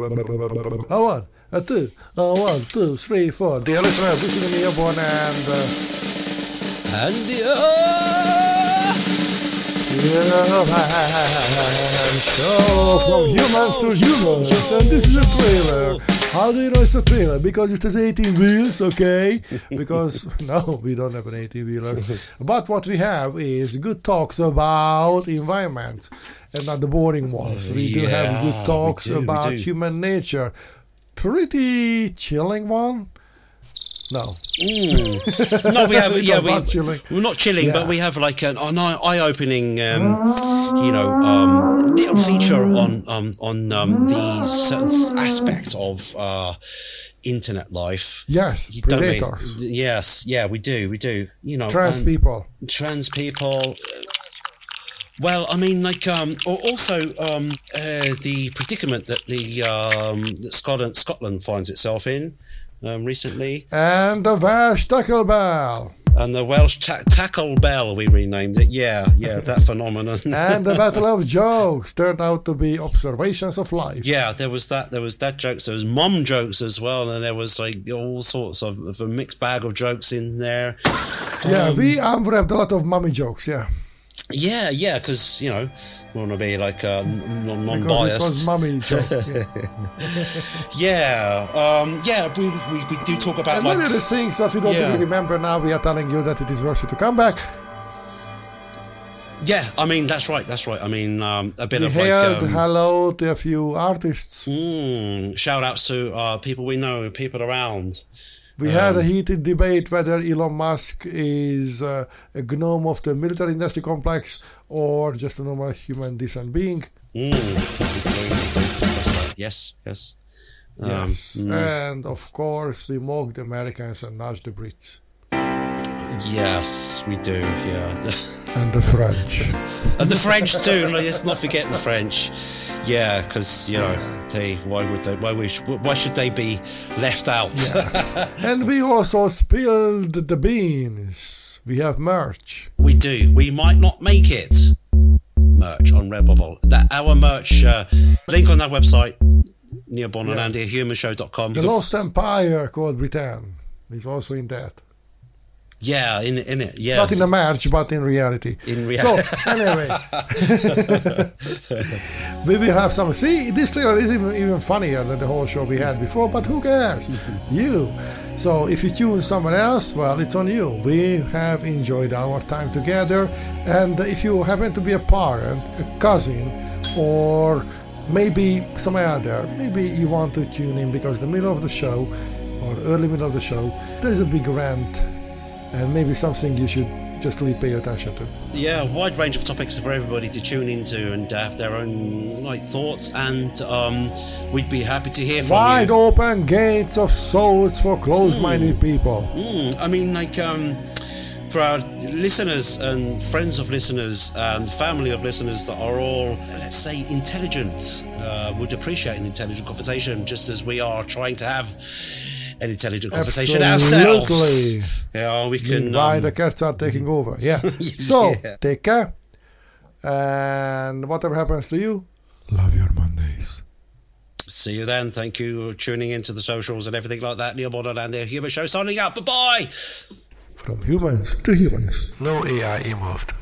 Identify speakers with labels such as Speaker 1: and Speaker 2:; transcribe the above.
Speaker 1: A one, a two, a one, two, three, four. Det lyssnar jag. This is the Newborn and... Uh,
Speaker 2: And uh, the
Speaker 1: human show from humans to humans. And this is a trailer. How do you know it's a trailer? Because it has 18 wheels, okay? Because, no, we don't have an 18 wheeler. But what we have is good talks about environment and not the boring ones. We do have
Speaker 2: Yeah,
Speaker 1: good
Speaker 2: we
Speaker 1: talks
Speaker 2: do, we
Speaker 1: about
Speaker 2: do.
Speaker 1: human nature. Pretty chilling one. No,
Speaker 2: Mm. no, we have
Speaker 1: It's
Speaker 2: yeah,
Speaker 1: not
Speaker 2: we,
Speaker 1: about chilling.
Speaker 2: we're not chilling,
Speaker 1: Yeah.
Speaker 2: but we have like an, an eye opening, um, you know, um, little feature on um, on um, the certain aspect of uh, internet life.
Speaker 1: Yes,
Speaker 2: You- don't we?
Speaker 1: predators,
Speaker 2: Yes, yeah, we do, we do. You know,
Speaker 1: trans
Speaker 2: um,
Speaker 1: people.
Speaker 2: trans people. uh, Well, I mean, like, um, al- also um, uh, the predicament that the um, that Scotland Scotland finds itself in um, recently,
Speaker 1: And the Vash Tackle Bell.
Speaker 2: and the Welsh ta- tackle bell we renamed it. Yeah, yeah, that phenomenon.
Speaker 1: And the Battle of Jokes turned out to be observations of life.
Speaker 2: yeah, there was that. There was dad jokes. There was mum jokes as well, and there was like all sorts of, of a mixed bag of jokes in there.
Speaker 1: Yeah,
Speaker 2: Um,
Speaker 1: we unwrapped a lot of mummy jokes, yeah.
Speaker 2: yeah, yeah, because you know, we want to be like uh, n- non- non-biased.
Speaker 1: Because it was mummy jokes. yeah.
Speaker 2: Yeah, um, yeah, we, we, we do talk about
Speaker 1: and
Speaker 2: like
Speaker 1: one of the things that we don't
Speaker 2: Yeah.
Speaker 1: even remember now, we are telling you that it is worth it to come back.
Speaker 2: yeah. I mean, that's right, that's right. I mean, um, a bit
Speaker 1: We
Speaker 2: of
Speaker 1: hailed
Speaker 2: like um,
Speaker 1: hello to a few artists.
Speaker 2: mm, shout outs to uh, people we know, people around.
Speaker 1: We had a
Speaker 2: Um,
Speaker 1: heated debate whether Elon Musk is uh, a gnome of the military industry complex or just a normal human decent being.
Speaker 2: Mm. We do discuss that. Yes, yes. Um,
Speaker 1: Yes. And of course, we mocked the Americans and nudged the Brits.
Speaker 2: yes, we do. Yeah,
Speaker 1: And the French.
Speaker 2: and the French too. no, Let's not forget the French. Yeah, because you know they. Why would they? Why we? sh- Why should they be left out?
Speaker 1: and we also spilled the beans. We have merch.
Speaker 2: We do. We might not make it. Merch on Redbubble. That our merch uh, link on our website, Neobon and Andy, humanshow.com.
Speaker 1: The Lost Empire called Britain is also in that.
Speaker 2: Yeah, in in it. Yeah.
Speaker 1: Not in a merch, but in reality.
Speaker 2: In
Speaker 1: So,
Speaker 2: reality.
Speaker 1: anyway. we will have some. See, this trailer is even, even funnier than the whole show we had before, but who cares? you. So, if you tune somewhere else, well, it's on you. We have enjoyed our time together, and if you happen to be a parent, a cousin, or maybe some other, maybe you want to tune in because the middle of the show, or early middle of the show, there is a big rant and maybe something you should just really pay attention to.
Speaker 2: yeah, a wide range of topics for everybody to tune into and have their own like thoughts and um, we'd be happy to hear from
Speaker 1: Wide
Speaker 2: you.
Speaker 1: open Hmm. gates of souls for closed-minded people.
Speaker 2: Mm, I mean like um for our listeners and friends of listeners and family of listeners that are all, let's say, intelligent, uh, would appreciate an intelligent conversation just as we are trying to have an intelligent conversation ourselves.
Speaker 1: Absolutely.
Speaker 2: Yeah, we can.
Speaker 1: Why
Speaker 2: Um,
Speaker 1: the cats are taking over. Yeah. So
Speaker 2: Yeah.
Speaker 1: take care, and whatever happens to you, love your Mondays.
Speaker 2: see you then. Thank you for tuning into the socials and everything like that. Neil Bonner and the Human Show signing out. Bye bye.
Speaker 1: From humans to humans. No AI involved.